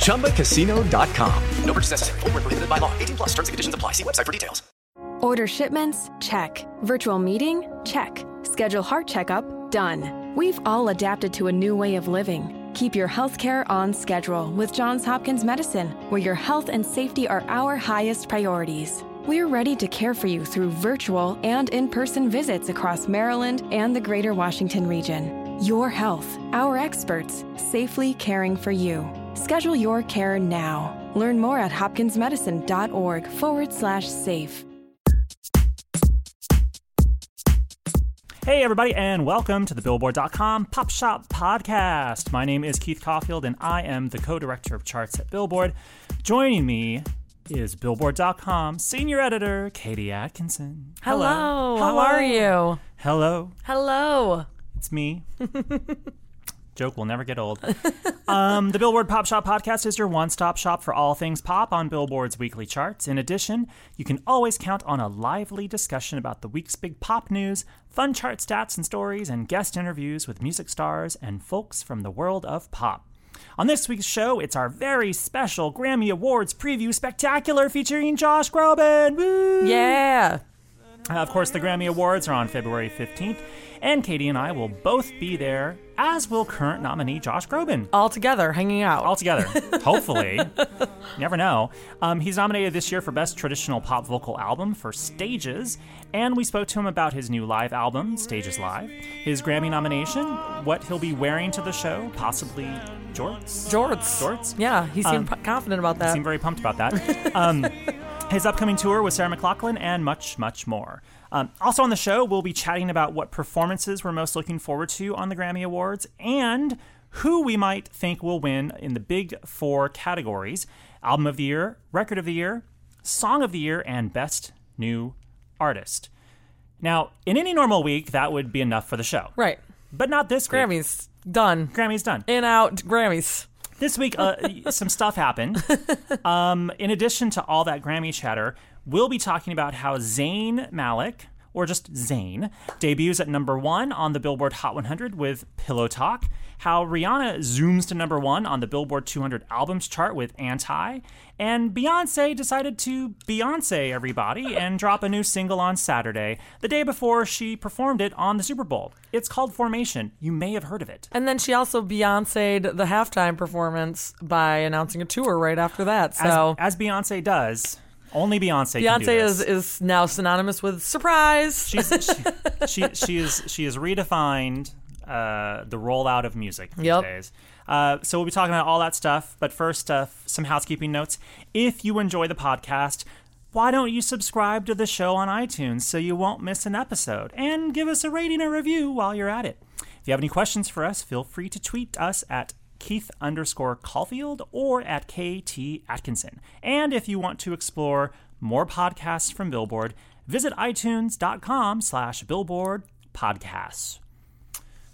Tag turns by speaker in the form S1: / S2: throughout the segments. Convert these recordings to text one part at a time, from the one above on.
S1: ChumbaCasino.com. No purchase necessary. Void where prohibited by law. 18 plus terms and conditions apply. See website for details.
S2: Order shipments? Check. Virtual meeting? Check. Schedule heart checkup? Done. We've all adapted to a new way of living. Keep your healthcare on schedule with Johns Hopkins Medicine, where your health and safety are our highest priorities. We're ready to care for you through virtual and in person visits across Maryland and the greater Washington region. Your health, our experts, safely caring for you. Schedule your care now. Learn more at hopkinsmedicine.org forward slash safe.
S3: Hey, everybody, and welcome to the Billboard.com Pop Shop Podcast. My name is Keith Caulfield, and I am the co director of charts at Billboard. Joining me is Billboard.com senior editor Katie Atkinson.
S4: Hello. How are you?
S3: Hello,
S4: Hello.
S3: it's me. Joke will never get old. Um, the Billboard Pop Shop Podcast is your one stop shop for all things pop on Billboard's weekly charts. In addition, you can always count on a lively discussion about the week's big pop news, fun chart stats and stories, and guest interviews with music stars and folks from the world of pop. On this week's show, it's our very special Grammy Awards preview spectacular featuring Josh Groban. Woo!
S4: Yeah.
S3: Uh, of course, the Grammy Awards are on February 15th, and Katie and I will both be there, as will current nominee Josh Groban.
S4: All together, hanging out.
S3: All together, hopefully. Never know. Um, he's nominated this year for Best Traditional Pop Vocal Album for Stages, and we spoke to him about his new live album, Stages Live, his Grammy nomination, what he'll be wearing to the show, possibly jorts.
S4: Jorts.
S3: Jorts?
S4: Yeah, he seemed
S3: Um,
S4: p- confident about that.
S3: Seem very pumped about that. Um, his upcoming tour with Sarah McLaughlin and much, much more. Um, also on the show, we'll be chatting about what performances we're most looking forward to on the Grammy Awards and who we might think will win in the big four categories Album of the Year, Record of the Year, Song of the Year, and Best New Artist. Now, in any normal week, that would be enough for the show.
S4: right.
S3: But not this week.
S4: Grammys. Done.
S3: Grammy's done
S4: In out Grammys.
S3: this week uh, some stuff happened um, in addition to all that grammy chatter we'll be talking about how zayn malik or just zayn debuts at number one on the billboard hot 100 with pillow talk how rihanna zooms to number one on the billboard 200 albums chart with anti and beyonce decided to beyonce everybody and drop a new single on saturday the day before she performed it on the super bowl it's called formation you may have heard of it
S4: And then she also Beyonce'd the halftime performance by announcing a tour right after that.
S3: as,
S4: So
S3: as Beyonce does, only Beyonce. can do
S4: Beyonce
S3: this.
S4: is, is now synonymous with surprise.
S3: She's, she, she she is she has redefined uh, the rollout of music these
S4: Yep.
S3: days. Uh, so we'll be talking about all that stuff. But first, uh, some housekeeping notes. If you enjoy the podcast. Why don't you subscribe to the show on iTunes so you won't miss an episode? And give us a rating or review while you're at it. If you have any questions for us, feel free to tweet us at Keith underscore Caulfield or at KT Atkinson. And if you want to explore more podcasts from Billboard, visit iTunes.com slash Billboard podcasts.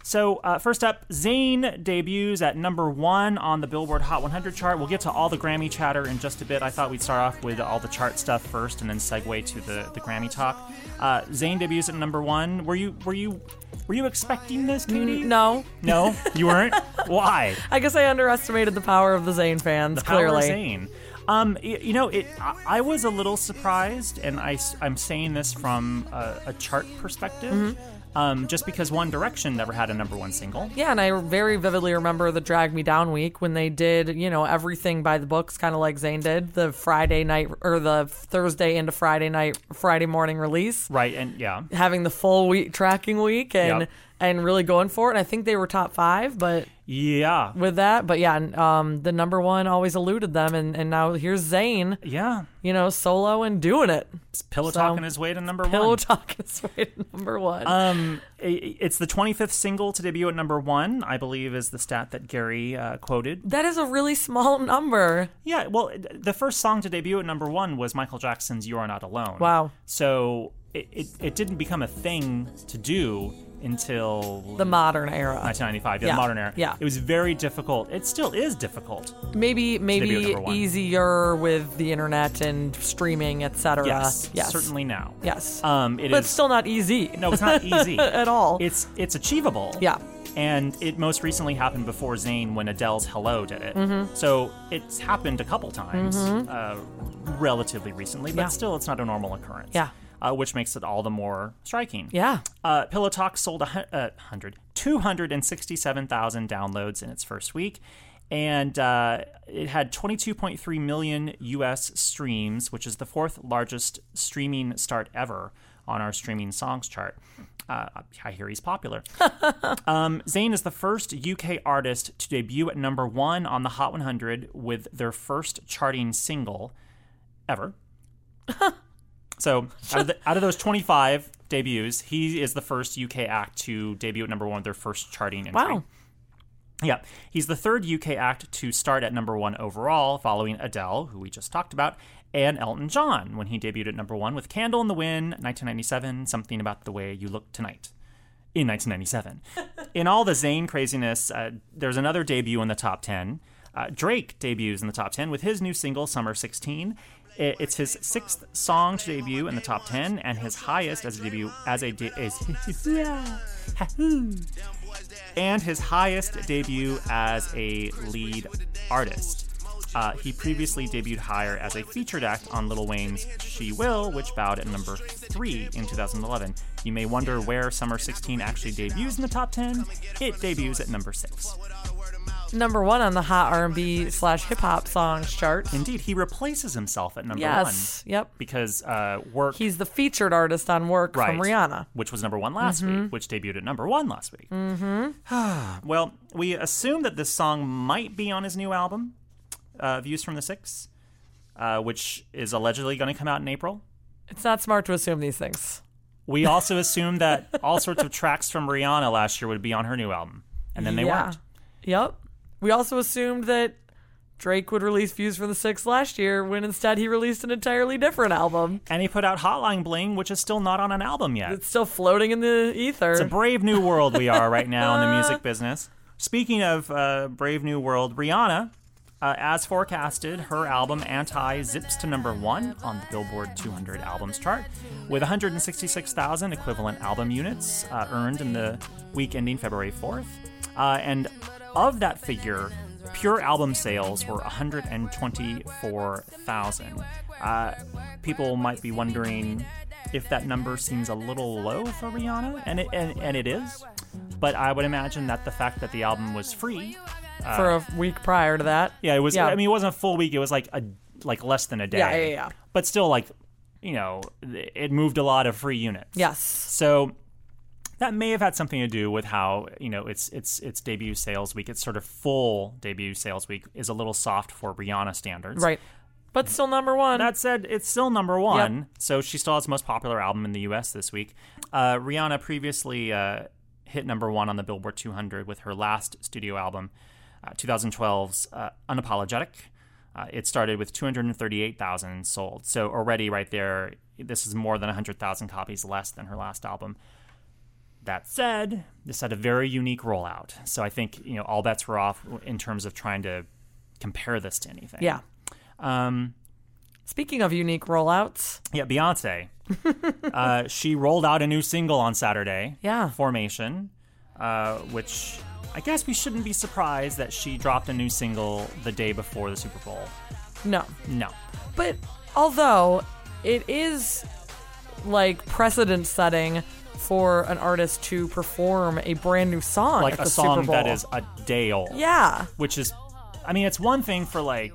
S3: So, uh, first up, Zayn debuts at number one on the Billboard Hot 100 chart. We'll get to all the Grammy chatter in just a bit. I thought we'd start off with all the chart stuff first and then segue to the, the Grammy talk. Uh, Zayn debuts at number one. Were you were you were you expecting this, Katie?
S4: no.
S3: No, you weren't. Why?
S4: I guess I underestimated the power of the Zayn fans,
S3: The
S4: clearly.
S3: power of Zayn. Um, y- you know, it. I, I was a little surprised, and I, am saying this from a, a chart perspective. Um, just because One Direction never had a number one single.
S4: Mm-hmm. Yeah, and I very vividly remember the Drag Me Down week when they did, you know, everything by the books, kind of like Zayn did the Friday night or the Thursday into Friday night, Friday morning release,
S3: Right, and yeah.
S4: having the full week tracking week and
S3: Yep.
S4: and really going for it. And I think they were top five, but
S3: Yeah.
S4: with that, but yeah, and, um, the number one always eluded them, and and now here's Zayn,
S3: Yeah.
S4: you know, solo and doing it.
S3: It's pillow talking his way to number
S4: Pillow
S3: one. Um,
S4: talk is way to number one.
S3: I- it's the 25th single to debut at number one, I believe, is the stat that Gary uh, quoted.
S4: that is a really small number.
S3: Yeah, well, th- the first song to debut at number one was Michael Jackson's "You Are Not Alone."
S4: Wow.
S3: So it it, it didn't become a thing to do until
S4: The modern era.
S3: 1995, yeah,
S4: Yeah,
S3: the modern era.
S4: yeah.
S3: it was very difficult. It still is difficult.
S4: Maybe
S3: debut at
S4: maybe
S3: number one.
S4: easier with the internet and streaming, etc.
S3: yes,
S4: yes,
S3: certainly now.
S4: Yes,
S3: Um, it is
S4: but still not easy.
S3: no, it's not easy
S4: at all.
S3: It's it's achievable.
S4: Yeah.
S3: And it most recently happened before Zayn when Adele's "Hello" did it.
S4: Mm-hmm.
S3: So it's happened a couple times, uh, relatively recently, but
S4: Yeah.
S3: still, it's not a normal occurrence.
S4: Yeah.
S3: Uh, which makes it all the more striking.
S4: yeah,
S3: Uh, Pillow Talk sold a hun- uh, 100, 267,000 downloads in its first week. And uh, it had 22.3 million US streams, which is the fourth largest streaming start ever on our streaming songs chart. Uh, I hear he's popular. um, Zayn is the first UK artist to debut at number one on the Hot 100 with their first charting single ever. So out of, the, out of those 25 debuts, he is the first UK act to debut at number one with their first charting entry.
S4: wow,
S3: Yeah. He's the third UK act to start at number one overall, following Adele, who we just talked about, and Elton John when he debuted at number one with Candle in the Wind, 1997, Something About the Way You Look Tonight. In 1997. in all the Zayn craziness, uh, there's another debut in the top 10. Uh, Drake debuts in the top 10 with his new single, Summer 16. I- It's his sixth song to debut in the top 10 and his highest as a debut as a de- as, and his highest debut as a lead artist. Uh, he previously debuted higher as a featured act on Lil Wayne's She Will, which bowed at number three in 2011. You may wonder where Summer 16 actually debuts in the top 10. It debuts at number six.
S4: number one on the hot R and B slash hip hop songs chart.
S3: Indeed, he replaces himself at number
S4: Yes,
S3: one.
S4: yep.
S3: Because uh, work.
S4: He's the featured artist on work
S3: Right.
S4: from Rihanna. Mm-hmm.
S3: Which was number one last week, which debuted at number one last week. Mm-hmm. well, we assume that this song might be on his new album, uh, Views from the Six, uh, which is allegedly going to come out in April.
S4: It's not smart to assume these things.
S3: We also assume that all sorts of tracks from Rihanna last year would be on her new album, and then they
S4: Yeah.
S3: weren't.
S4: Yep. We also assumed that Drake would release Views for the Six last year when instead he released an entirely different album.
S3: And he put out Hotline Bling, which is still not on an album yet.
S4: It's still floating in the ether.
S3: It's a brave new world we are right now in the music business. Speaking of uh, brave new world, Rihanna, uh, as forecasted, her album Anti zips to number one on the Billboard 200 albums chart, with 166,000 equivalent album units uh, earned in the week ending February 4th. Uh, and of that figure, pure album sales were 124,000. Uh, people might be wondering if that number seems a little low for Rihanna, and it, and, and it is. But I would imagine that the fact that the album was free,
S4: for a week prior to that.
S3: Uh, yeah, it was.
S4: Yeah.
S3: I mean, it wasn't a full week; it was like a like less than a day.
S4: Yeah, yeah, yeah.
S3: But still, like you know, it moved a lot of free units.
S4: Yes.
S3: So that may have had something to do with how you know its its its debut sales week, its sort of full debut sales week, is a little soft for Rihanna standards.
S4: Right. But still number one.
S3: That said, it's still number one, so she still has the most popular album in the U.S. this week. Uh, Rihanna previously uh, hit number one on the Billboard 200 with her last studio album, uh, 2012's uh, "Unapologetic." Uh, it started with 238,000 sold, so already right there, this is more than 100,000 copies less than her last album. That said, this had a very unique rollout, so I think you know all bets were off in terms of trying to compare this to anything.
S4: yeah.
S3: Um,
S4: Speaking of unique rollouts,
S3: yeah, Beyonce. uh, she rolled out a new single on Saturday.
S4: Yeah.
S3: Formation, uh, which I guess we shouldn't be surprised that she dropped a new single the day before the Super Bowl.
S4: no.
S3: No.
S4: But although it is like precedent setting for an artist to perform a brand new song,
S3: like
S4: at
S3: a
S4: the
S3: song
S4: Super Bowl.
S3: that is a Dale.
S4: yeah,
S3: Which is, I mean, it's one thing for like,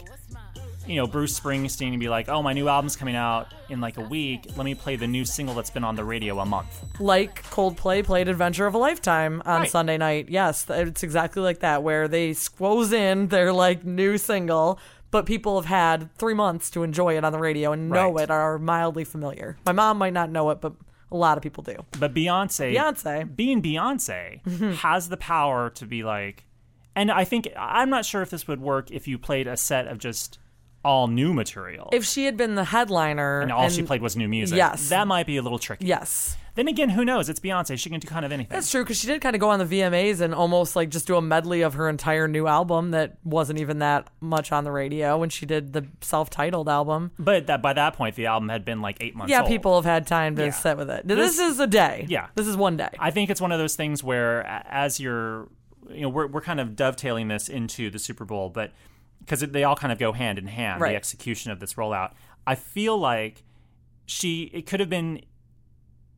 S3: you know, Bruce Springsteen to be like, oh, my new album's coming out in like a week. Let me play the new single that's been on the radio a month.
S4: like Coldplay played Adventure of a Lifetime on
S3: Right.
S4: Sunday night. Yes, th- it's exactly like that, where they squoze in their like new single, but people have had three months to enjoy it on the radio and know
S3: Right.
S4: it, are mildly familiar. My mom might not know it, but a lot of people do.
S3: But Beyonce,
S4: Beyonce. Mm-hmm.
S3: being Beyonce, has the power to be like, and I think I'm not sure if this would work if you played a set of just all new material
S4: If she had been the headliner,
S3: and all she played was new music.
S4: Yes.
S3: that might be a little tricky.
S4: yes,
S3: Then again, who knows? It's Beyonce; she can do kind of anything.
S4: that's true because she did kind of go on the VMAs and almost like just do a medley of her entire new album that wasn't even that much on the radio when she did the self-titled album.
S3: But that by that point, the album had been like eight months.
S4: Yeah,
S3: old.
S4: people have had time to
S3: Yeah.
S4: sit with it. This, is a day.
S3: Yeah.
S4: This is one day.
S3: I think it's one of those things where, a- as you're, you know, we're, we're kind of dovetailing this into the Super Bowl, but because they all kind of go hand in hand,
S4: Right.
S3: the execution of this rollout. I feel like she, it could have been,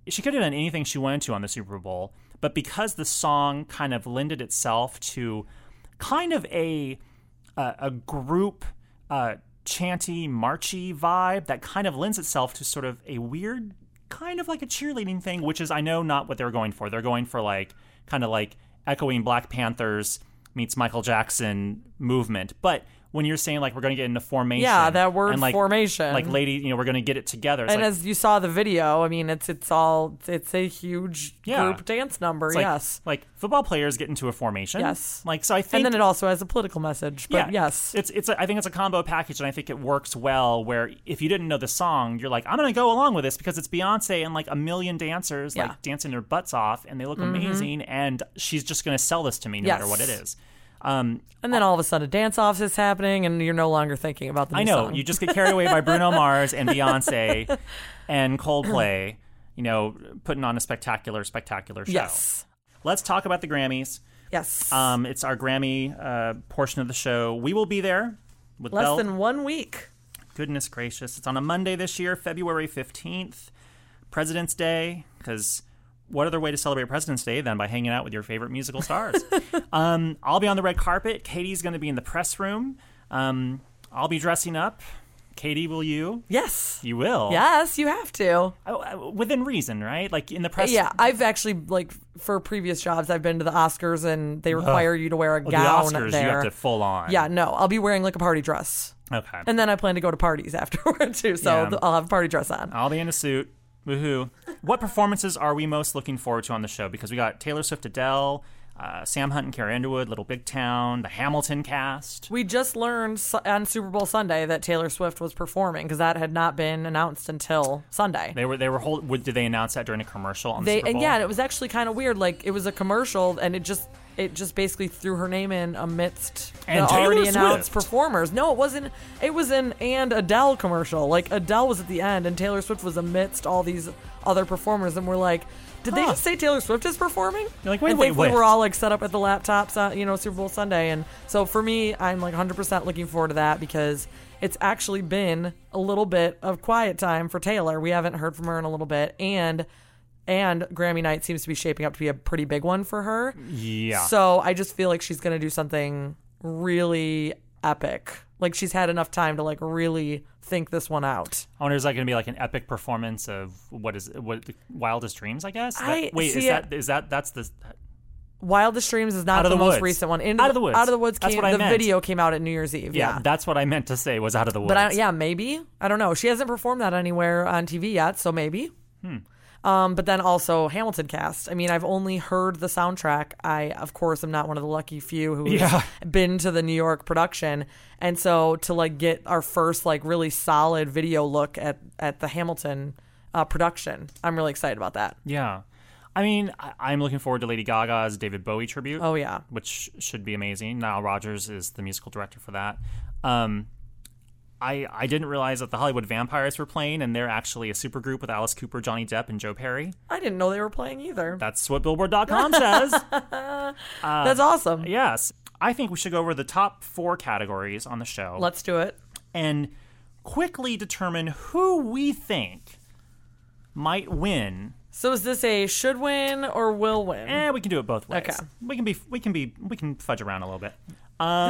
S3: she could have done anything she wanted to on the Super Bowl, but because the song kind of lended itself to kind of a, uh, a group, uh, chanty, marchy vibe that kind of lends itself to sort of a weird, kind of like a cheerleading thing, which is I know not what they're going for. They're going for like kind of like echoing Black Panthers meets Michael Jackson movement, but. When you're saying like we're going to get into formation,
S4: Yeah, that word
S3: and, like,
S4: formation.
S3: like lady, you know, we're going to get it together. It's
S4: and
S3: like,
S4: as you saw the video, I mean, it's it's all it's a huge
S3: Yeah.
S4: group dance number.
S3: it's like,
S4: yes,
S3: like football players get into a formation.
S4: Yes.
S3: like so I think
S4: and then it also has a political message. But yes,
S3: it's it's. A, I think it's a combo package, and I think it works well. Where if you didn't know the song, you're like, I'm gonna go along with this because it's Beyonce and like a million dancers
S4: Yeah. Mm-hmm.
S3: like dancing their butts off, and they look amazing, and she's just gonna sell this to me no matter
S4: Yes.
S3: what it is. Um,
S4: and then all of a sudden, a dance off is happening, and you're no longer thinking about the.
S3: I
S4: new
S3: know
S4: song.
S3: you just get carried away by Bruno Mars and Beyonce and Coldplay, you know, putting on a spectacular, spectacular show.
S4: yes,
S3: Let's talk about the Grammys.
S4: yes,
S3: Um, it's our Grammy uh, portion of the show. We will be there with
S4: less
S3: Belle.
S4: than one week.
S3: Goodness gracious. It's on a Monday this year, February 15th, President's Day, because what other way to celebrate President's Day than by hanging out with your favorite musical stars? um, I'll be on the red carpet. Katie's going to be in the press room. Um, I'll be dressing up. Katie, will you?
S4: Yes,
S3: You will.
S4: yes, you have to.
S3: Oh, uh, within reason, right? Like in the press
S4: Yeah, I've actually like for previous jobs, I've been to the Oscars, and they require you to wear a
S3: Oh, the
S4: gown
S3: Oscars,
S4: there.
S3: you have to full on.
S4: yeah, no, I'll be wearing like a party dress.
S3: Okay.
S4: And then I plan to go to parties afterward too, so
S3: Yeah. Uh,
S4: th- I'll have a party dress on.
S3: I'll be in a suit. Woohoo. What performances are we most looking forward to on the show? Because we got Taylor Swift, Adele, uh, Sam Hunt and Carrie Underwood, Little Big Town, the Hamilton cast.
S4: We just learned su- on Super Bowl Sunday that Taylor Swift was performing because that had not been announced until Sunday.
S3: They were they were hold, would, did they announce that during a commercial on the
S4: They
S3: Super
S4: and
S3: Bowl?
S4: yeah, and it was actually kind of weird. Like it was a commercial, and it just it just basically threw her name in amidst
S3: And
S4: the
S3: Taylor
S4: already announced
S3: Swift.
S4: performers. No, it wasn't. It was an and Adele commercial. Like Adele was at the end, and Taylor Swift was amidst all these other performers, and we're like. Did they
S3: Huh.
S4: just say Taylor Swift is performing?
S3: You're like, wait,
S4: I
S3: wait,
S4: think
S3: wait.
S4: we were all like set up at the laptops, on, you know, Super Bowl Sunday, and so for me, I'm like 100% looking forward to that because it's actually been a little bit of quiet time for Taylor. We haven't heard from her in a little bit, and and Grammy night seems to be shaping up to be a pretty big one for her.
S3: yeah.
S4: So I just feel like she's gonna do something really epic. Like she's had enough time to like really think this one out.
S3: I wonder is that going to be like an epic performance of what is what the Wildest Dreams? I guess. That-
S4: I-
S3: wait, is
S4: see,
S3: that is that that's the
S4: Wildest Dreams is not
S3: Out of
S4: the,
S3: the
S4: most
S3: Woods.
S4: recent one.
S3: Out of the Woods.
S4: Out of the Woods
S3: That's
S4: came
S3: what I
S4: the
S3: meant.
S4: video came out at New Year's Eve.
S3: yeah,
S4: Yeah.
S3: That's what I meant to say was out of the woods.
S4: But I, yeah, maybe. I don't know. She hasn't performed that anywhere on TV yet, so maybe. Um, but then also Hamilton cast. I mean, I've only heard the soundtrack. I, of course, am not one of the lucky few who's
S3: Yeah.
S4: been to the New York production, and so to like get our first like really solid video look at at the Hamilton uh, production, I'm really excited about that.
S3: Yeah. I mean, I, I'm looking forward to Lady Gaga's David Bowie tribute.
S4: Oh, yeah.
S3: which should be amazing. Nile Rodgers is the musical director for that. Um, I I didn't realize that the Hollywood Vampires were playing, and they're actually a supergroup with Alice Cooper, Johnny Depp, and Joe Perry.
S4: I didn't know they were playing either.
S3: That's what Billboard.com says.
S4: That's awesome.
S3: yes, I think we should go over the top four categories on the show
S4: Let's do it.
S3: and quickly determine who we think might win.
S4: So is this a should win or will win?
S3: Eh, we can do it both ways.
S4: Okay.
S3: We can be we can be we can fudge around a little bit.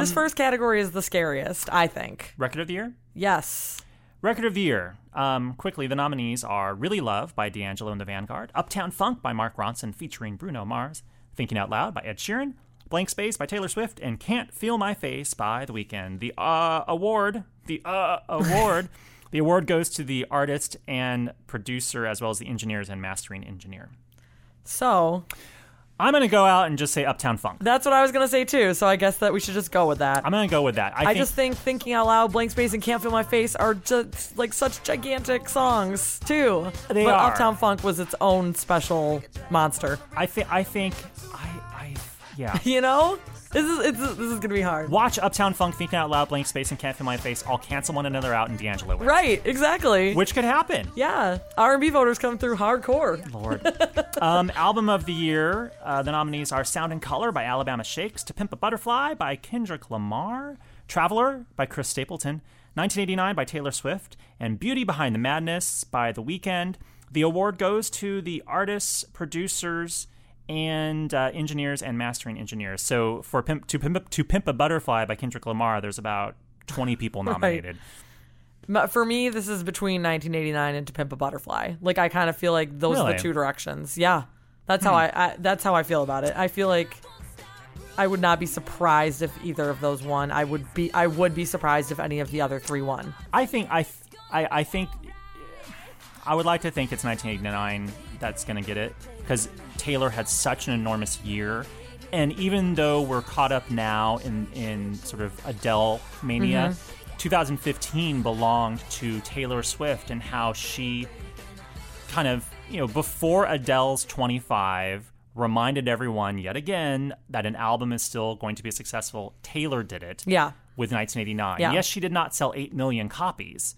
S4: this first category is the scariest, I think.
S3: Record of the year?
S4: Yes.
S3: Record of the year. Um, quickly, the nominees are Really Love by D'Angelo and the Vanguard, Uptown Funk by Mark Ronson featuring Bruno Mars, Thinking Out Loud by Ed Sheeran, Blank Space by Taylor Swift, and Can't Feel My Face by The Weeknd. The uh, award, the uh, award, the award goes to the artist and producer as well as the engineers and mastering engineer.
S4: So
S3: I'm going to go out and just say Uptown Funk.
S4: that's what I was gonna say too. So I guess that we should just go with that.
S3: I'm going to go with that. I,
S4: I
S3: think
S4: just think thinking out loud, blank space, and can't feel my face are just like such gigantic songs too.
S3: They
S4: but
S3: are.
S4: Uptown Funk was its own special monster.
S3: I think I think I I yeah.
S4: You know, this is it's, this is gonna be hard.
S3: Watch Uptown Funk, Thinking Out Loud, Blank Space, and Can't Feel My Face all cancel one another out, and D'Angelo wins.
S4: Right? Exactly.
S3: Which could happen.
S4: yeah, R and B voters come through hardcore.
S3: Lord. um, album of the year. Uh, the nominees are Sound and Color by Alabama Shakes, To Pimp a Butterfly by Kendrick Lamar, Traveler by Chris Stapleton, 1989 by Taylor Swift, and Beauty Behind the Madness by The Weeknd. The award goes to the artists, producers, and uh, engineers and mastering engineers. So for Pimp, to, Pimp, to Pimp a Butterfly by Kendrick Lamar, there's about 20 people nominated.
S4: M- For me, this is between 1989 and To Pimp a Butterfly. Like I kind of feel like those are
S3: Really?
S4: the two directions. Yeah, that's how I, I that's how I feel about it. I feel like I would not be surprised if either of those won. I would be I would be surprised if any of the other three won.
S3: I think I, th- I, I think I would like to think it's 1989 that's going to get it because Taylor had such an enormous year, and even though we're caught up now in in sort of Adele mania, 2015 belonged to Taylor Swift and how she kind of you know before Adele's 25 reminded everyone yet again that an album is still going to be successful. Taylor did it
S4: Yeah.
S3: with 1989.
S4: Yeah.
S3: Yes, she did not sell 8 million copies,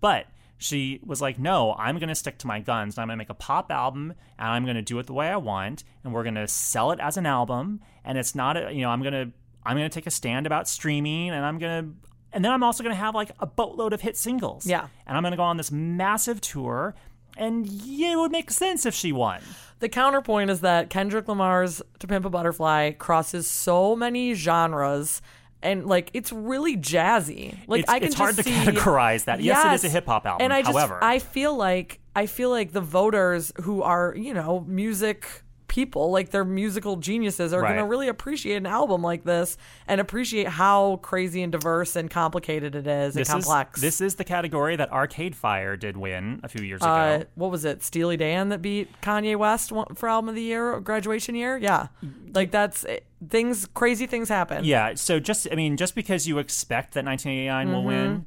S3: but she was like, no, I'm going to stick to my guns. and I'm going to make a pop album and I'm going to do it the way I want. And we're going to sell it as an album. And it's not, a, you know, I'm going to, I'm going to take a stand about streaming and I'm going to, and then I'm also going to have like a boatload of hit singles.
S4: Yeah.
S3: And I'm going to go on this massive tour. And yeah, it would make sense if she won.
S4: The counterpoint is that Kendrick Lamar's To Pimp a Butterfly crosses so many genres. And like it's really jazzy. Like
S3: It's-
S4: I can
S3: it's hard
S4: just
S3: to
S4: see-
S3: categorize that. Yes, it is a
S4: Yes.
S3: hip-hop album,
S4: And I just,
S3: however.
S4: I feel like I feel like the voters who are you know music people, like they're musical geniuses, are going
S3: Right.
S4: to really appreciate an album like this and appreciate how crazy and diverse and complicated it is
S3: This
S4: and complex.
S3: is this is the category that Arcade Fire did win a few years
S4: Uh,
S3: ago.
S4: what was it? Steely Dan that beat Kanye West one- for album of the year, or graduation year. Yeah, like that's it- things. Crazy things happen.
S3: Yeah. So just, I mean, just because you expect that 1989 will win,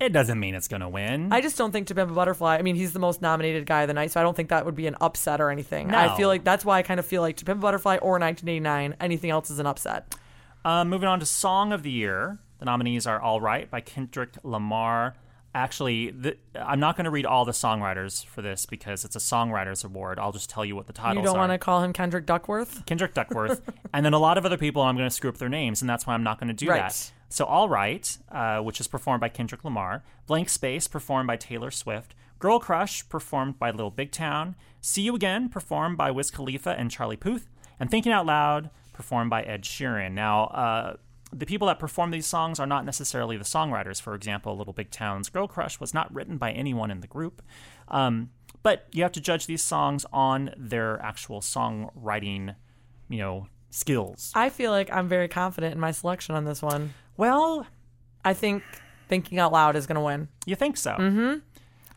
S3: it doesn't mean it's going to win.
S4: Mm-hmm. I just don't think To Pimp a Butterfly. I mean, he's the most nominated guy of the night, so I don't think that would be an upset or anything.
S3: No.
S4: I feel like that's why I kind of feel like To Pimp a Butterfly or 1989. Anything else is an upset.
S3: Uh, moving on to Song of the Year. The nominees are All Right by Kendrick Lamar. Actually, the, I'm not going to read all the songwriters for this because it's a songwriters award. I'll just tell you what the titles
S4: You don't
S3: are.
S4: want to call him Kendrick Duckworth.
S3: Kendrick Duckworth, and then a lot of other people. and I'm going to screw up their names, and that's why I'm not going to do
S4: Right.
S3: that. So, All Right, uh, which is performed by Kendrick Lamar, Blank Space, performed by Taylor Swift, Girl Crush, performed by Little Big Town, See You Again, performed by Wiz Khalifa and Charlie Puth, and Thinking Out Loud, performed by Ed Sheeran. Now, uh, the people that perform these songs are not necessarily the songwriters. For example, Little Big Town's Girl Crush was not written by anyone in the group. Um, but you have to judge these songs on their actual songwriting, you know, skills.
S4: I feel like I'm very confident in my selection on this one.
S3: Well,
S4: I think Thinking Out Loud is going to win.
S3: you think so? Mm-hmm.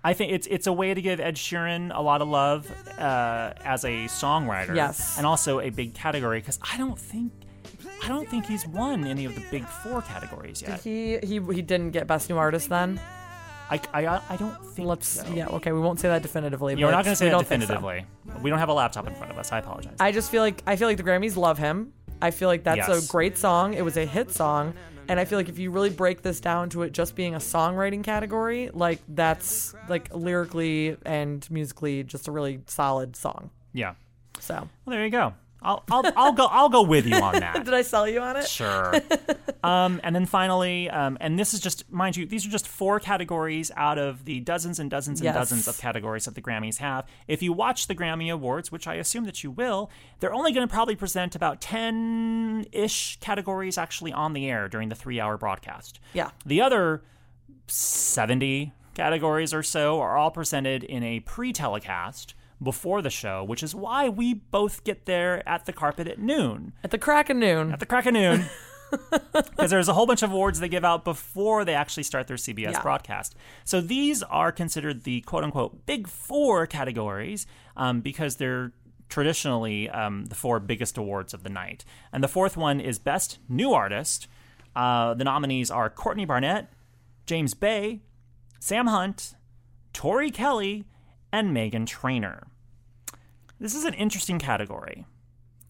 S3: I think it's it's a way to give Ed Sheeran a lot of love uh, as a songwriter.
S4: Yes.
S3: and also a big category because I don't think I don't think he's won any of the big four categories yet.
S4: He he he didn't get Best New Artist then.
S3: I I, I don't think
S4: Let's
S3: so.
S4: yeah okay we won't say that definitively.
S3: Yeah, we're
S4: but
S3: not going to say
S4: we
S3: that
S4: don't think so.
S3: definitively. We don't have a laptop in front of us. I apologize.
S4: I just feel like I feel like the Grammys love him. I feel like that's
S3: Yes.
S4: a great song. It was a hit song, and I feel like if you really break this down to it just being a songwriting category, like that's like lyrically and musically just a really solid song.
S3: yeah.
S4: So
S3: Well, there you go. I'll, I'll, I'll go. I'll go with you on that.
S4: Did I sell you on it?
S3: Sure. um, and then finally, um, and this is just, mind you, these are just four categories out of the dozens and dozens and
S4: Yes.
S3: dozens of categories that the Grammys have. If you watch the Grammy Awards, which I assume that you will, they're only going to probably present about 10 ish categories actually on the air during the three hour broadcast.
S4: Yeah.
S3: The other 70 categories or so are all presented in a pre telecast before the show, which is why we both get there at the carpet at noon
S4: At the crack of noon.
S3: at the crack of noon because there's a whole bunch of awards they give out before they actually start their CBS
S4: Yeah.
S3: broadcast. So these are considered the quote unquote big four categories um, because they're traditionally um, the four biggest awards of the night. And the fourth one is Best New Artist. Uh, the nominees are Courtney Barnett, James Bay, Sam Hunt, Tori Kelly, and Megan Trainor. This is an interesting category.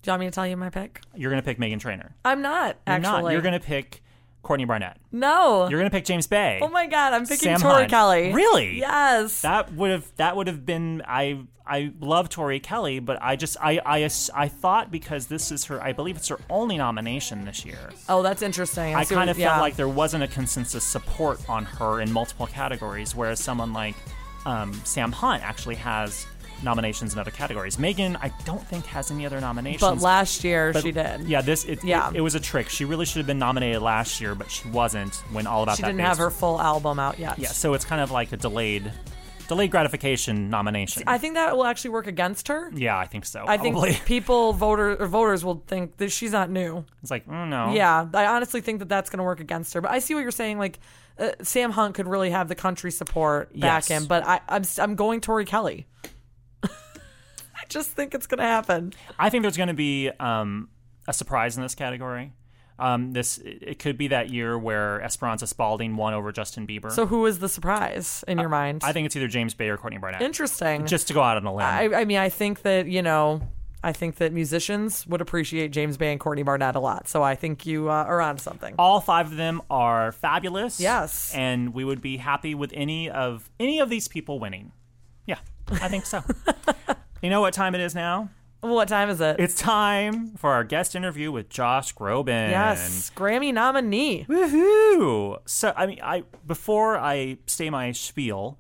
S4: Do you want me to tell you my pick?
S3: You're going to pick Megan Trainor.
S4: I'm not,
S3: You're
S4: actually.
S3: not. You're gonna pick Courtney Barnett.
S4: No.
S3: You're gonna pick James Bay.
S4: oh my god, I'm picking
S3: Sam
S4: Tori
S3: Hunt.
S4: Kelly.
S3: Really?
S4: Yes.
S3: That would have that would have been I I love Tori Kelly, but I just I I ass- I thought because this is her I believe it's her only nomination this year.
S4: oh, that's interesting.
S3: I
S4: see
S3: kind
S4: what-
S3: of
S4: yeah.
S3: felt like there wasn't a consensus support on her in multiple categories, whereas someone like um, Sam Hunt actually has nominations in other categories. Megan, I don't think has any other nominations.
S4: But last year
S3: But,
S4: she did.
S3: Yeah, this it,
S4: Yeah.
S3: it, it was a trick. She really should have been nominated last year, but she wasn't when all about
S4: She
S3: that
S4: didn't
S3: Bass-
S4: have her full album out yet.
S3: Yeah, so it's kind of like a delayed delayed gratification nomination.
S4: I think that will actually work against her.
S3: yeah, I think so.
S4: I think
S3: probably.
S4: people voter or voters will think that she's not new.
S3: it's like, mm, no.
S4: Yeah, I honestly think that that's going to work against her. But I see what you're saying. Like uh, Sam Hunt could really have the country support back
S3: Yes.
S4: him, but I, I'm s- I'm going Tori Kelly. I just think it's going to happen.
S3: I think there's going to be um, a surprise in this category. Um, this it it could be that year where Esperanza Spalding won over Justin Bieber.
S4: So who is the surprise in your mind?
S3: I think it's either James Bay or Courtney Barnett.
S4: interesting.
S3: Just to go out on a limb.
S4: I, I mean, I think that you know, I think that musicians would appreciate James Bay and Courtney Barnett a lot. So I think you uh, are on something.
S3: all five of them are fabulous.
S4: Yes.
S3: and we would be happy with any of any of these people winning. Yeah, I think so. you know what time it is now?
S4: What time is it?
S3: It's time for our guest interview with Josh Groban.
S4: yes, Grammy nominee.
S3: Woohoo! So, I mean, I before I say my spiel,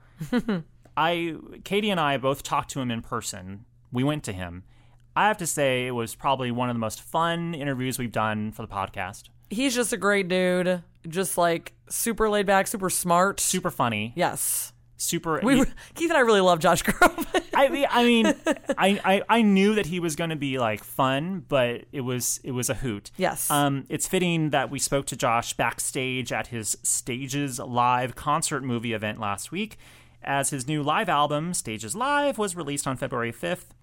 S3: I Katie and I both talked to him in person. We went to him. I have to say, it was probably one of the most fun interviews we've done for the podcast.
S4: He's just a great dude. Just like super laid back, super smart.
S3: Super funny.
S4: Yes.
S3: Super.
S4: We were- Keith and I really love Josh Groban.
S3: I mean, I mean, I, I, I knew that he was going to be like fun, but it was it was a hoot.
S4: Yes.
S3: Um, it's fitting that we spoke to Josh backstage at his Stages Live concert movie event last week, as his new live album Stages Live was released on February fifth,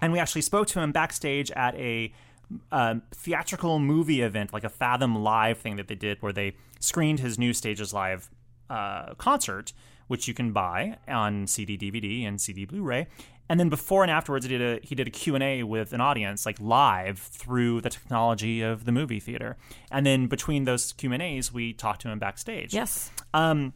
S3: and we actually spoke to him backstage at a. Um, theatrical movie event, like a Fathom Live thing that they did, where they screened his new Stages Live uh, concert, which you can buy on CD, DVD, and CD Blu-ray. And then before and afterwards, he did a he did a Q and A with an audience, like live through the technology of the movie theater. And then between those Q and As, we talked to him backstage.
S4: yes.
S3: Um.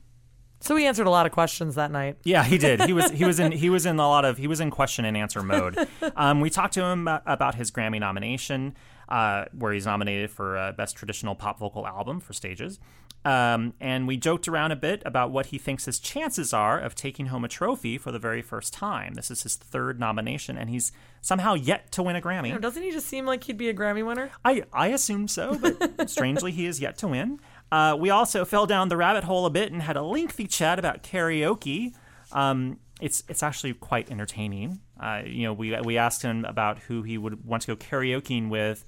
S4: So he answered a lot of questions that night.
S3: Yeah, he did. He was he was in he was in a lot of he was in question and answer mode. Um, we talked to him uh, about his Grammy nomination, uh, where he's nominated for uh, best traditional pop vocal album for Stages, um, and we joked around a bit about what he thinks his chances are of taking home a trophy for the very first time. This is his third nomination, and he's somehow yet to win a Grammy.
S4: Doesn't he just seem like he'd be a Grammy winner?
S3: I, I assumed so, but strangely, he is yet to win. Uh, we also fell down the rabbit hole a bit and had a lengthy chat about karaoke. Um, it's it's actually quite entertaining. Uh, you know, we we asked him about who he would want to go karaokeing with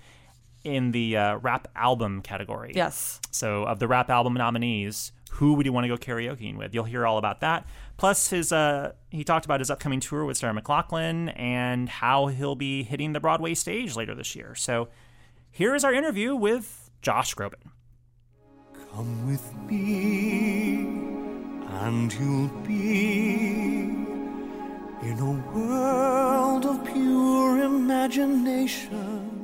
S3: in the uh, rap album category.
S4: Yes.
S3: So, of the rap album nominees, who would you want to go karaokeing with? You'll hear all about that. Plus, his uh, he talked about his upcoming tour with Sarah McLaughlin and how he'll be hitting the Broadway stage later this year. So, here is our interview with Josh Groban.
S5: Come with me, and you'll be in a world of pure imagination.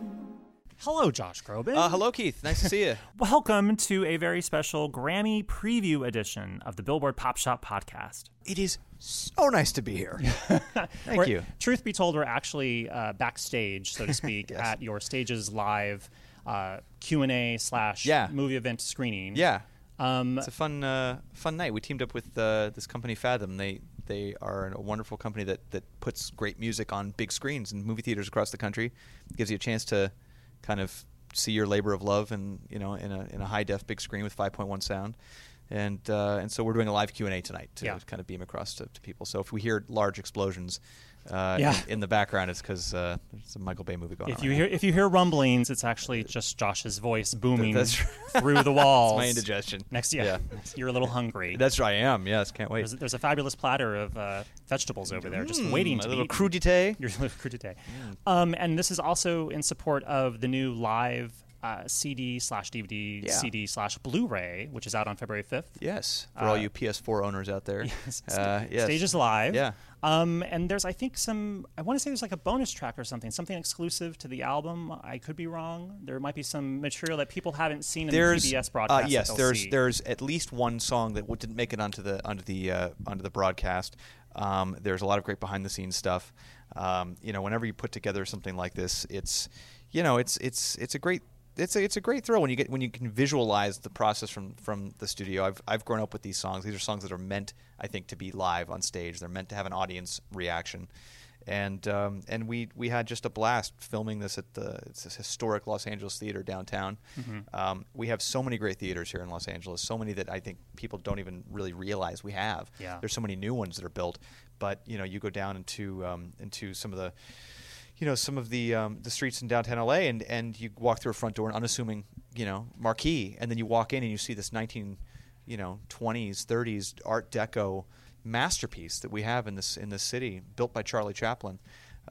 S6: Hello, Josh Groban.
S7: Uh, hello, Keith. Nice to see you.
S6: Welcome to a very special Grammy preview edition of the Billboard Pop Shop podcast.
S7: It is so nice to be here. Thank
S3: We're-
S7: you.
S3: Truth be told, we're actually uh, backstage, so to speak, at your stages live uh, Q and A slash
S7: Yeah.
S3: movie event screening.
S7: Yeah,
S3: Um,
S7: it's a fun, uh, fun night. We teamed up with uh, this company, Fathom. They they are a wonderful company that that puts great music on big screens in movie theaters across the country. gives you a chance to kind of see your labor of love, and you know, in a in a high def big screen with 5.1 sound. And uh, and so we're doing a live Q and A tonight to
S3: Yeah.
S7: kind of beam across to, to people. So if we hear large explosions uh,
S3: Yeah.
S7: in, in the background, it's because uh, there's a Michael Bay movie going on.
S3: if you
S7: right
S3: hear if you hear rumblings, it's actually just Josh's voice booming
S7: That's
S3: through the walls.
S7: my indigestion.
S3: Next, yeah, you're a little hungry.
S7: now. that's right. I am. Yes, can't wait.
S3: there's, there's a fabulous platter of uh, vegetables over there, just waiting
S7: Mm,
S3: to
S7: a little
S3: be eaten.
S7: crudité.
S3: Your little crudité.
S7: Mm.
S3: Um, and this is also in support of the new live uh, CD slash DVD,
S7: Yeah.
S3: CD slash Blu-ray, which is out on February 5th.
S7: Yes, for all you PS4 owners out there.
S3: Uh, Yes.
S7: Uh, yes.
S3: Stage is live.
S7: Yeah.
S3: Um, and there's, I think, some, I want to say there's like a bonus track or something, something exclusive to the album. I could be wrong. There might be some material that people haven't seen in the PBS broadcast.
S7: uh,
S3: that
S7: yes,
S3: they'll
S7: there's
S3: see.
S7: there's at least one song that w- didn't make it onto the onto the uh, onto the broadcast. Um, there's a lot of great behind the scenes stuff. Um, you know, whenever you put together something like this, it's you know, it's it's it's a great it's a, it's a great thrill when you get when you can visualize the process from from the studio. I've I've grown up with these songs. These are songs that are meant, I think, to be live on stage. They're meant to have an audience reaction. and um, and we we had just a blast filming this at the it's this historic Los Angeles theater downtown. Um, we have so many great theaters here in Los Angeles, so many that I think people don't even really realize we have.
S3: Yeah.
S7: There's so many new ones that are built, but you know you go down into um, into some of the you know some of the um, the streets in downtown LA, and and you walk through a front door, an unassuming you know marquee, and then you walk in and you see this 19 you know 20s 30s Art Deco masterpiece that we have in this in this city, built by Charlie Chaplin.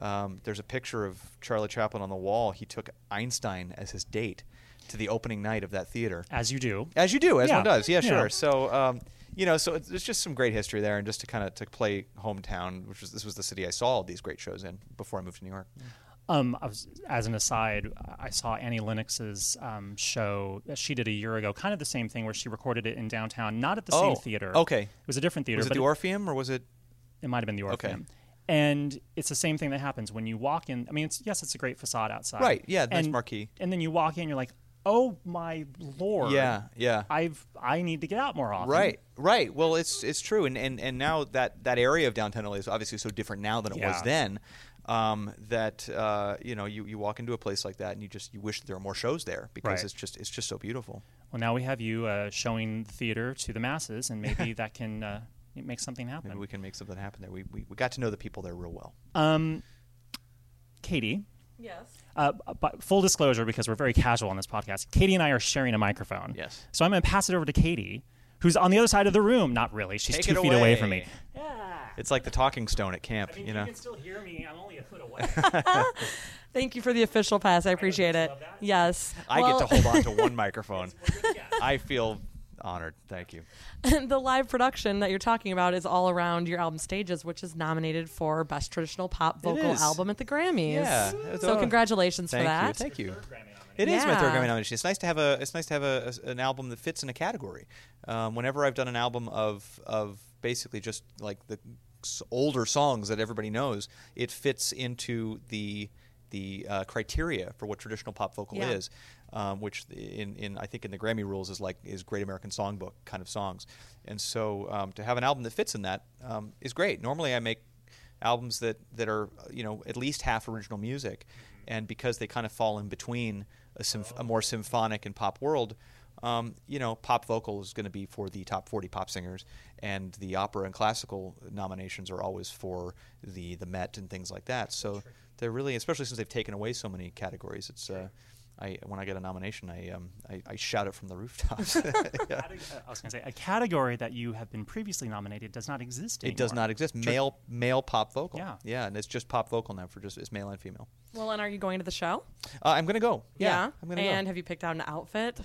S7: Um, there's a picture of Charlie Chaplin on the wall. He took Einstein as his date to the opening night of that theater.
S3: as you do.
S7: As you do, as
S3: Yeah.
S7: one does. Yeah,
S3: Yeah.
S7: sure. So, um, you know, so it's, it's just some great history there, and just to kind of to play hometown, which was this was the city I saw all these great shows in before I moved to New York.
S3: Um, I was, as an aside, I saw Annie Lennox's um, show that she did a year ago, kind of the same thing where she recorded it in downtown, not at the
S7: Oh,
S3: same theater.
S7: okay.
S3: It was a different theater.
S7: Was it
S3: but
S7: the Orpheum or was it?
S3: It might have been the
S7: Okay.
S3: Orpheum. And it's the same thing that happens when you walk in. I mean, it's yes, it's a great facade outside.
S7: Right, yeah, nice
S3: And-
S7: marquee.
S3: And then you walk in, you're like, oh my lord.
S7: Yeah, yeah.
S3: I've I need to get out more often.
S7: Right, right. Well, it's it's true, and and, and now that that area of downtown LA is obviously so different now than it was
S3: Yeah.
S7: then. Um, that uh, you know, you, you walk into a place like that, and you just you wish there were more shows there because
S3: Right.
S7: it's just it's just so beautiful.
S3: Well, now we have you uh, showing the theater to the masses, and maybe that can uh, make something happen.
S7: Maybe we can make something happen there. We, we we got to know the people there real well.
S3: Um, Katie.
S4: Yes.
S3: Uh, but full disclosure, because we're very casual on this podcast, Katie and I are sharing a microphone.
S7: Yes.
S3: So I'm going to pass it over to Katie, who's on the other side of the room. Not really. She's
S7: Take
S3: two
S7: it
S3: feet away. from me.
S7: away. It's like the talking stone at camp, you know.
S3: still hear me. I'm only a foot away.
S4: Thank you for the official pass. I appreciate it. Yes.
S7: I
S4: Well-
S7: get to hold on to one microphone. I feel honored. Thank you.
S4: the live production that you're talking about is all around your album stages, which is nominated for best traditional pop vocal
S7: is.
S4: album at the Grammys.
S7: Yeah.
S4: So congratulations
S7: Thank
S4: for that.
S7: you. Thank you. It is my
S4: Yeah.
S7: third Grammy nomination. It's nice to have a. It's nice to have a, a- an album that fits in a category. Um, whenever I've done an album of of basically just like the s- older songs that everybody knows, it fits into the the uh, criteria for what traditional pop vocal
S4: Yeah.
S7: is, um, which in, in I think in the Grammy rules is like is Great American Songbook kind of songs, and so um, to have an album that fits in that um, is great. Normally I make albums that that are you know at least half original music, and because they kind of fall in between a, symph- a more symphonic and pop world, um, you know, pop vocal is going to be for the top 40 pop singers, and the opera and classical nominations are always for the the Met and things like that. So they're really, especially since they've taken away so many categories, it's. Uh, I, when I get a nomination, I, um, I, I shout it from the rooftops.
S3: I was going to say, a category that you have been previously nominated does not exist
S7: it does not exist. Male male pop vocal.
S3: Yeah.
S7: yeah, and it's just pop vocal now for just it's male and female.
S4: Well, and are you going to the show?
S7: Uh, I'm gonna go. Yeah, I'm gonna
S4: and
S7: go.
S4: have you picked out an outfit?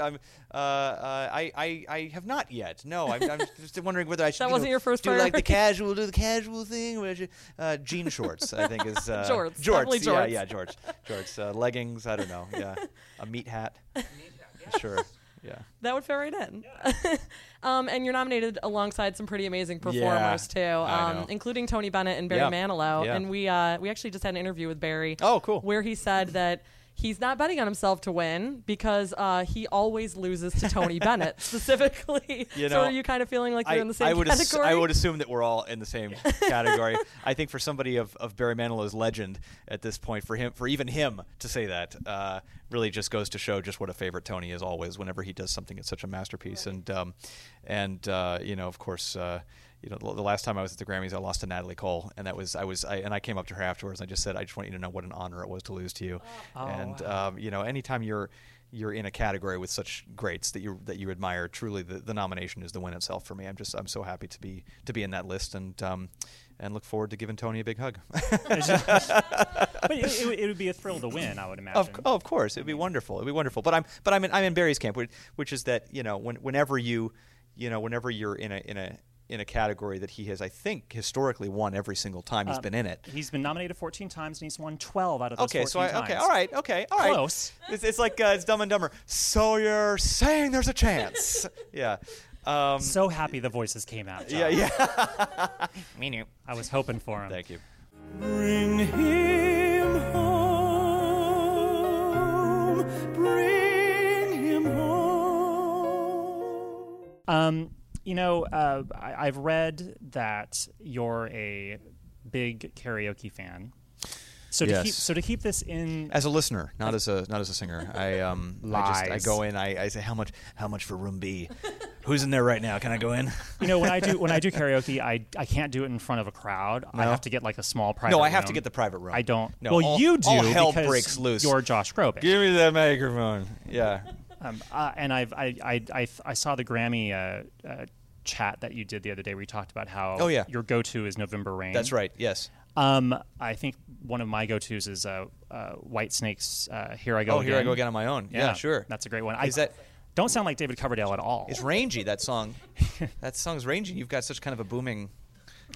S7: I'm, uh, uh, I, I I have not yet. No, I'm, I'm just wondering whether I should.
S4: That
S7: you
S4: wasn't
S7: know,
S4: your first
S7: do like
S4: priority.
S7: the casual, do the casual thing. Or I should- uh, jean shorts, I think is uh,
S4: Jorts,
S7: Jorts,
S4: definitely
S7: yeah,
S4: jorts.
S7: yeah, George, George. it's uh, leggings. I don't know. Yeah, a meat hat. Sure. Yeah.
S4: That would fit right in. um, and you're nominated alongside some pretty amazing performers
S7: I
S4: too,
S7: know.
S4: um, including Tony Bennett and Barry
S7: Yeah,
S4: Manilow.
S7: yeah.
S4: And we uh, we actually just had an interview with Barry.
S7: Oh, cool.
S4: Where he said that. He's not betting on himself to win because uh, he always loses to Tony Bennett specifically.
S7: You
S4: so
S7: know,
S4: are you kind of feeling like you're in the same
S7: I would ass-
S4: category?
S7: I would assume that we're all in the same category. I think for somebody of, of Barry Manilow's legend at this point, for him, for even him to say that, uh, really just goes to show just what a favorite Tony is always. Whenever he does something, it's such a masterpiece. And um, and uh, you know, of course. Uh, you know, the the last time I was at the Grammys, I lost to Natalie Cole, and that was I was I, and I came up to her afterwards. and I just said, I just want you to know what an honor it was to lose to you.
S4: Oh.
S7: and um, you know, anytime you're you're in a category with such greats that you that you admire. Truly, the, the nomination is the win itself for me. I'm just I'm so happy to be to be in that list and um, and look forward to giving Tony a big hug.
S3: Mm-hmm. but it, it, would- it would be a thrill to win, I would imagine.
S7: e- of, oh, of course, it'd be wonderful. It'd be wonderful. But I'm but I'm in I'm in Barry's camp, which, which is that you know when, whenever you you know whenever you're in a in a in a category that he has, I think historically won every single time he's been in it.
S3: He's been nominated 14 times and he's won 12 out of Um, those
S7: Okay,
S3: 14
S7: so I,
S3: times.
S7: okay, all right, okay, all right.
S3: Close.
S7: It's, it's like uh, it's Dumb and Dumber. So you're saying there's a chance? yeah. Um,
S3: So happy the voices came out. John.
S7: yeah, yeah.
S3: I was hoping for him.
S7: Thank you.
S8: Bring him home. Bring him home.
S3: Um, you know, uh, I, I've read that you're a big karaoke fan. So to
S7: Yes.
S3: keep so to keep this in
S7: As a listener, not as a not as a singer. I um I, just,
S3: Lies.
S7: I go in. I, I say how much how much for room B? Who's in there right now? Can I go in?
S3: you know when I do when I do karaoke, I I can't do it in front of a crowd. I
S7: No?
S3: have to get like a small private.
S7: no, I have to
S3: room.
S7: get the private room.
S3: I don't.
S7: No,
S3: well,
S7: all-
S3: you do.
S7: All hell
S3: because
S7: breaks loose.
S3: You're Josh Groban.
S7: Give me that microphone. Yeah.
S3: Um, uh, and I've, I, I, I, I saw the Grammy uh, uh, chat that you did the other day where you talked about how
S7: Oh, yeah.
S3: your go to is November Rain.
S7: That's right. Yes.
S3: Um, I think one of my go tos is uh, uh, White Snake's uh, Here I Go
S7: Oh,
S3: Again.
S7: here I go again on my own. Yeah, sure.
S3: That's a great one.
S7: Is
S3: I
S7: that-
S3: don't sound like David Coverdale at all.
S7: It's rangy. That song. that song's rangy. You've got such kind of a booming.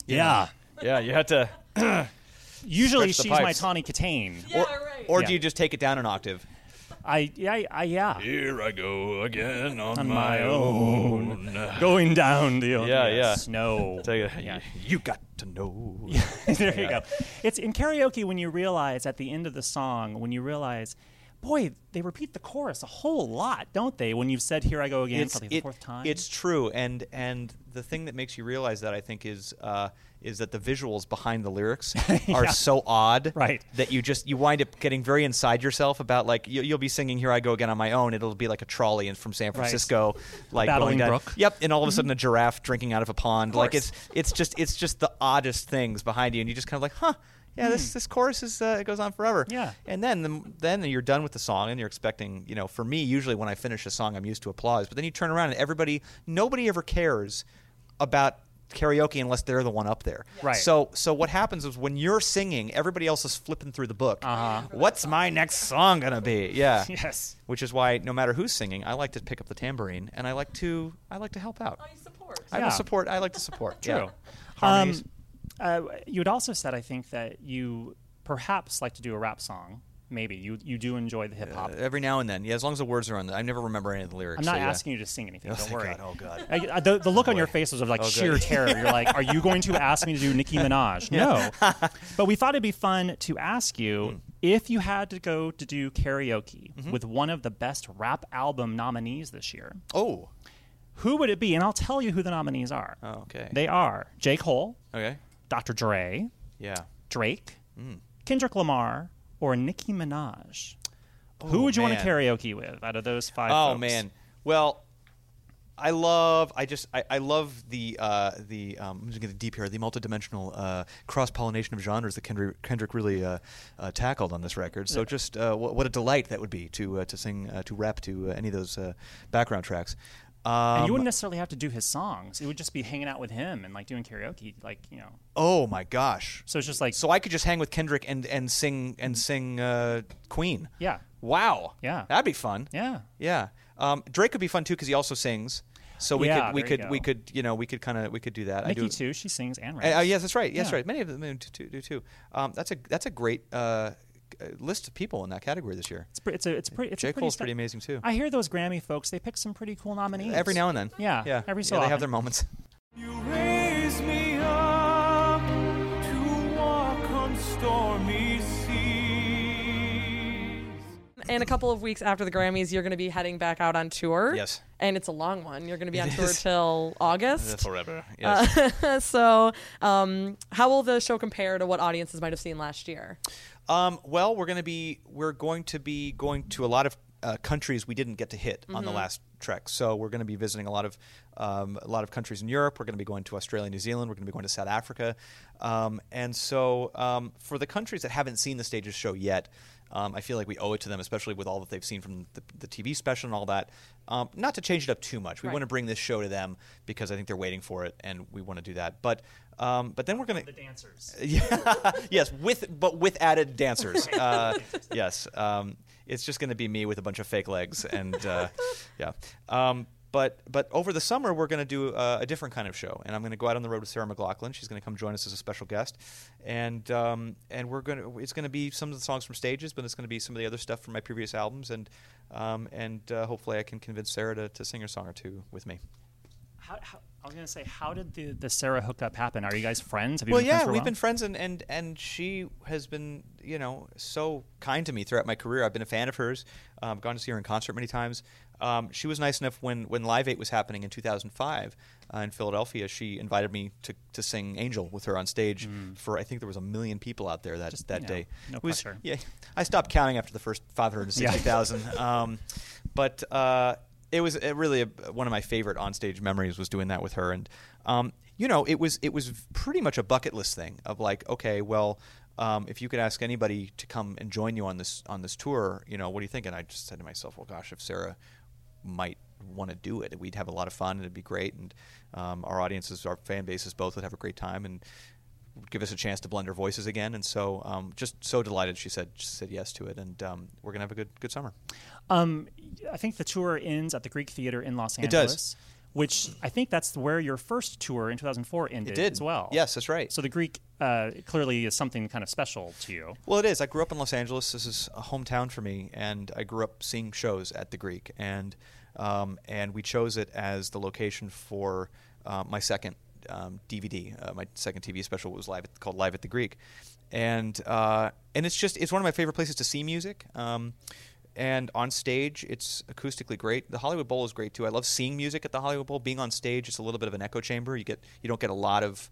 S7: you
S3: yeah.
S7: know. Yeah. You had to.
S3: Usually she's
S7: Stretch
S3: my
S7: the pipes.
S3: Tawny Katane.
S4: yeah,
S7: or
S4: right.
S7: or
S3: Yeah.
S7: do you just take it down an octave?
S3: I, yeah, I- I, yeah.
S8: Here I go again on,
S3: On
S8: my
S3: my
S8: own.
S3: Going down the old
S7: Yeah, yeah.
S3: snow.
S7: Yeah. You got to know.
S3: there you go. It's in karaoke when you realize at the end of the song, when you realize, boy, they repeat the chorus a whole lot, don't they? When you've said "Here I go again" for like the
S7: it-
S3: fourth time.
S7: It's true, and and the thing that makes you realize that I think is uh, is that the visuals behind the lyrics are so odd,
S3: Right.
S7: That you just you wind up getting very inside yourself about like you, you'll be singing "Here I Go Again" on my own. It'll be like a trolley and from San Francisco, like
S3: Babbling
S7: going down.
S3: brook. Mm-hmm.
S7: Yep, and all of a sudden a giraffe drinking out of a pond. Like it's it's just it's just the oddest things behind you, and you just kind of like, huh. Yeah, this,
S3: Hmm.
S7: this chorus is uh, it goes on forever.
S3: Yeah.
S7: And then the, then you're done with the song and you're expecting, you know, for me, usually when I finish a song, I'm used to applause. But then you turn around and everybody, nobody ever cares about karaoke unless they're the one up there.
S3: Right.
S7: So so what happens is when you're singing, everybody else is flipping through the book. Uh-huh. What's my next song gonna be? Yeah.
S3: yes.
S7: Which is why no matter who's singing, I like to pick up the tambourine and I like to I like to help out.
S4: Oh, You support.
S7: I'm
S3: Yeah.
S7: a support. I like to support.
S3: True.
S7: Yeah. Harmonies.
S3: Um, uh, you had also said, I think, that you perhaps like to do a rap song. Maybe you you do enjoy the hip hop.
S7: Every now and then, yeah. As long as the words are on, the, I never remember any of the lyrics.
S3: I'm not
S7: so, yeah.
S3: asking you to sing anything. don't
S7: thank
S3: worry.
S7: God. Oh, God.
S3: I- I- the, the look on your face was of like sheer terror. You're like, are you going to ask me to do Nicki Minaj? No. but we thought it'd be fun to ask
S7: Hmm.
S3: you if you had to go to do karaoke
S7: Mm-hmm.
S3: with one of the best rap album nominees this year.
S7: Oh.
S3: Who would it be? And I'll tell you who the nominees are.
S7: Oh, okay.
S3: They are J. Cole,
S7: okay.
S3: Dr. Dre,
S7: Yeah.
S3: Drake,
S7: Mm.
S3: Kendrick Lamar, or Nicki Minaj. Who would you want
S7: Oh, man.
S3: to karaoke with out of those five?
S7: Oh
S3: folks?
S7: man. Well, I love. I just. I, I love the uh, the. Um, I'm just gonna get deep here. The multidimensional uh, cross pollination of genres that Kendrick, Kendrick really uh, uh, tackled on this record. So just uh, wh- what a delight that would be to uh, to sing uh, to rap to uh, any of those uh, background tracks. Um,
S3: And you wouldn't necessarily have to do his songs. It would just be hanging out with him and like doing karaoke, like you know.
S7: oh my gosh.
S3: So it's just like
S7: So I could just hang with Kendrick and and sing and sing uh, Queen.
S3: Yeah.
S7: Wow.
S3: Yeah.
S7: That'd be fun.
S3: yeah,
S7: Yeah. Um, Drake would be fun too because he also sings. So we
S3: Yeah,
S7: could we
S3: there you
S7: could we
S3: go.
S7: could you know we could kind of we could do that. I
S3: Nikki
S7: do.
S3: too. She sings and raps.
S7: Uh, yes, that's right. Yes,
S3: Yeah.
S7: right. Many of them do, do, do too. Um, that's a that's a great uh, uh, list of people in that category this year.
S3: It's pre- it's a, it's pretty. It's a
S7: J.
S3: pretty
S7: Cole's
S3: sta-
S7: pretty amazing, too.
S3: I hear those Grammy folks. They pick some pretty cool nominees
S7: Every now and then.
S3: Yeah,
S7: Yeah.
S3: Every so
S7: yeah,
S3: often.
S7: they have their moments.
S9: Raise me up to walk on stormy seas.
S4: And a couple of weeks after the Grammys, you're going to be heading back out on tour.
S7: Yes.
S4: And it's a long one. You're going to be
S7: It
S4: on tour
S7: is.
S4: till August.
S7: Forever,
S4: Uh, so, um, how will the show compare to what audiences might have seen last year?
S7: Um, well, we're going to be we're going to be going to a lot of uh, countries we didn't get to hit on the
S4: Mhm.
S7: last trek. So we're going to be visiting a lot of um, a lot of countries in Europe. We're going to be going to Australia, New Zealand. We're going to be going to South Africa. Um, and so um, for the countries that haven't seen the stages show yet. Um, I feel like we owe it to them, especially with all that they've seen from the, the TV special and all that, um, not to change it up too much. We
S4: Right.
S7: want to bring this show to them because I think they're waiting for it, and we want to do that. But um, but then we're going to the
S3: dancers.
S7: Yeah, yes, with but with added dancers. Uh, yes, um, it's just going to be me with a bunch of fake legs and uh, yeah. Um, but but over the summer we're going to do uh, a different kind of show, and I'm going to go out on the road with Sarah McLaughlin. She's going to come join us as a special guest, and um, and we're going to it's going to be some of the songs from stages, but it's going to be some of the other stuff from my previous albums, and um, and uh, hopefully I can convince Sarah to, to sing a song or two with me.
S3: How, how, I was gonna say, how did the the Sarah hookup happen? Are you guys friends? Have you
S7: well,
S3: been
S7: yeah,
S3: friends for a
S7: we've
S3: while?
S7: been friends, and, and and she has been, you know, so kind to me throughout my career. I've been a fan of hers. Um, gone to see her in concert many times. Um, she was nice enough when when Live Eight was happening in 2005 uh, in Philadelphia. She invited me to, to sing Angel with her on stage for I think there was a million people out there that that
S3: you know,
S7: day.
S3: Mm. no
S7: It was-
S3: pressure.
S7: Yeah, I stopped counting after the first 560,000. um, but uh, it was uh really a, one of my favorite onstage memories was doing that with her, and um, you know, it was it was pretty much a bucket list thing of like, okay, well. Um, if you could ask anybody to come and join you on this on this tour, you know, what do you think? And I just said to myself, well, gosh, if Sarah might want to do it, we'd have a lot of fun and it'd be great, and um, our audiences, our fan bases, both would have a great time, and give us a chance to blend our voices again. And so, um, just so delighted she said she said yes to it, and um, we're gonna have a good good summer.
S3: Um, I think the tour ends at the Greek Theater in Los
S7: It
S3: Angeles.
S7: does.
S3: Which I think that's where your first tour in 2004 ended
S7: did.
S3: as well.
S7: Yes, that's right.
S3: So the Greek uh, clearly is something kind of special to you.
S7: Well, it is. I grew up in Los Angeles. This is a hometown for me, and I grew up seeing shows at the Greek, and um, and we chose it as the location for uh, my second um, DVD, uh, my second TV special was live at, called Live at the Greek, and uh, and it's just it's one of my favorite places to see music. Um, and on stage, it's acoustically great. The Hollywood Bowl is great too. I love seeing music at the Hollywood Bowl. Being on stage, it's a little bit of an echo chamber. You get you don't get a lot of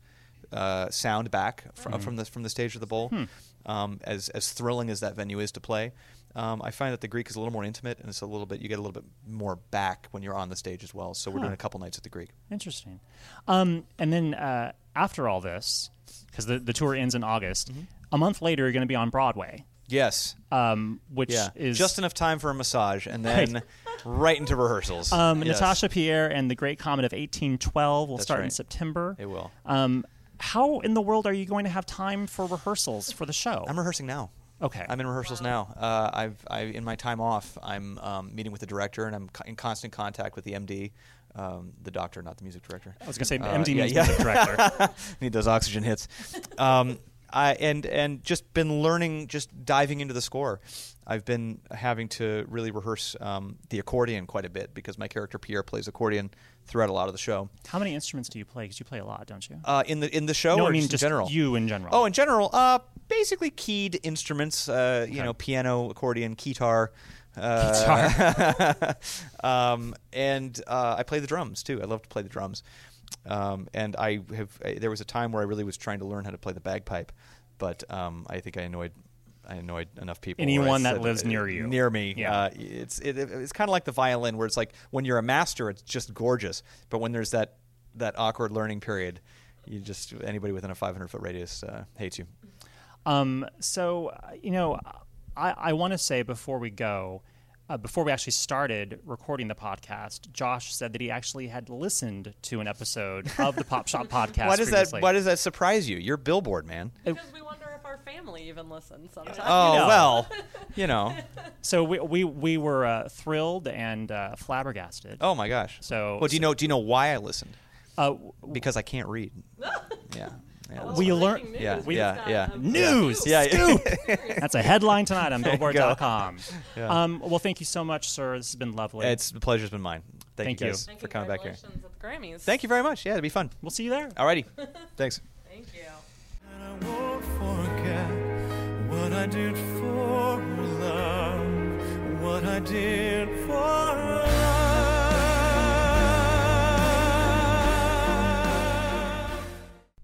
S7: uh, sound back fr-
S3: Right.
S7: from the from the stage of the bowl.
S3: Mm-hmm. Hmm.
S7: Um, as as thrilling as that venue is to play, um, I find that the Greek is a little more intimate, and it's a little bit you get a little bit more back when you're on the stage as well. So we're
S3: Huh.
S7: doing a couple nights at the Greek.
S3: Interesting. Um, and then uh, after all this, because the, the tour ends in August,
S7: Mm-hmm.
S3: a month later you're going to be on Broadway.
S7: Yes.
S3: Um, which
S7: yeah,
S3: is
S7: just enough time for a massage, and
S3: Right.
S7: then right, into rehearsals.
S3: Um,
S7: Yes.
S3: Natasha Pierre and the Great Comet of 1812 will
S7: That's
S3: start in
S7: right.
S3: September.
S7: It will.
S3: Um, how in the world are you going to have time for rehearsals for the show?
S7: I'm rehearsing now.
S3: Okay.
S7: I'm in rehearsals now. Uh, I've, I, in my time off, I'm um, meeting with the director, and I'm co- in constant contact with the MD, um, the doctor, not the music director.
S3: I was gonna say,
S7: Uh,
S3: MD means music director.
S7: Need those oxygen hits. Um, I and and just been learning, just diving into the score. I've been having to really rehearse um, the accordion quite a bit because my character Pierre plays accordion throughout a lot of the show.
S3: How many instruments do you play? Because you play a lot, don't you?
S7: Uh, in the in the show,
S3: No,
S7: or
S3: I mean
S7: just,
S3: just
S7: in general?
S3: you in general.
S7: Oh, in general, uh, basically keyed instruments. Uh, you know, piano, accordion, guitar. Uh, um, and uh, I play the drums too. I love to play the drums. Um, and I have. I, there was a time where I really was trying to learn how to play the bagpipe, but um, I think I annoyed. I annoyed enough people. where I
S3: Anyone that
S7: said,
S3: lives
S7: uh,
S3: near you.
S7: near me.
S3: Yeah.
S7: Uh, it's it, it's kind of like the violin, where it's like when you're a master, it's just gorgeous. But when there's that that awkward learning period, you just anybody within a 500 foot radius uh, hates you.
S3: Um, so, uh, you know, I, I want to say before we go, uh, before we actually started recording the podcast, Josh said that he actually had listened to an episode of the Pop Shop podcast.
S7: why does
S3: previously.
S7: that Why does that surprise you? You're Billboard man.
S4: Because we wonder if our family even listens sometimes.
S7: Oh well, you know.
S3: So we we, we were uh, thrilled and uh, flabbergasted.
S7: Oh my gosh.
S3: So
S7: Well, do you know? Do you know why I listened?
S3: Uh,
S7: because I can't read. yeah. Yeah, that's
S10: we
S7: fine.
S10: learn.
S7: Yeah,
S10: we-
S7: yeah, yeah.
S10: News.
S7: Yeah, yeah.
S10: Scoop. That's a headline tonight on
S7: There you go.
S10: Billboard.com.
S7: Yeah.
S10: um, well, thank you so much, sir. This has been lovely.
S7: It's the pleasure's been mine. Thank,
S10: Thank
S7: you
S10: you.
S7: guys
S10: And
S7: for coming back here.
S11: Congratulations at the Grammys.
S7: Thank you very much. Yeah, it'll be fun.
S10: We'll see you there.
S7: Alrighty. Thanks.
S11: Thank you.
S5: forget what I did for love, what I did for love.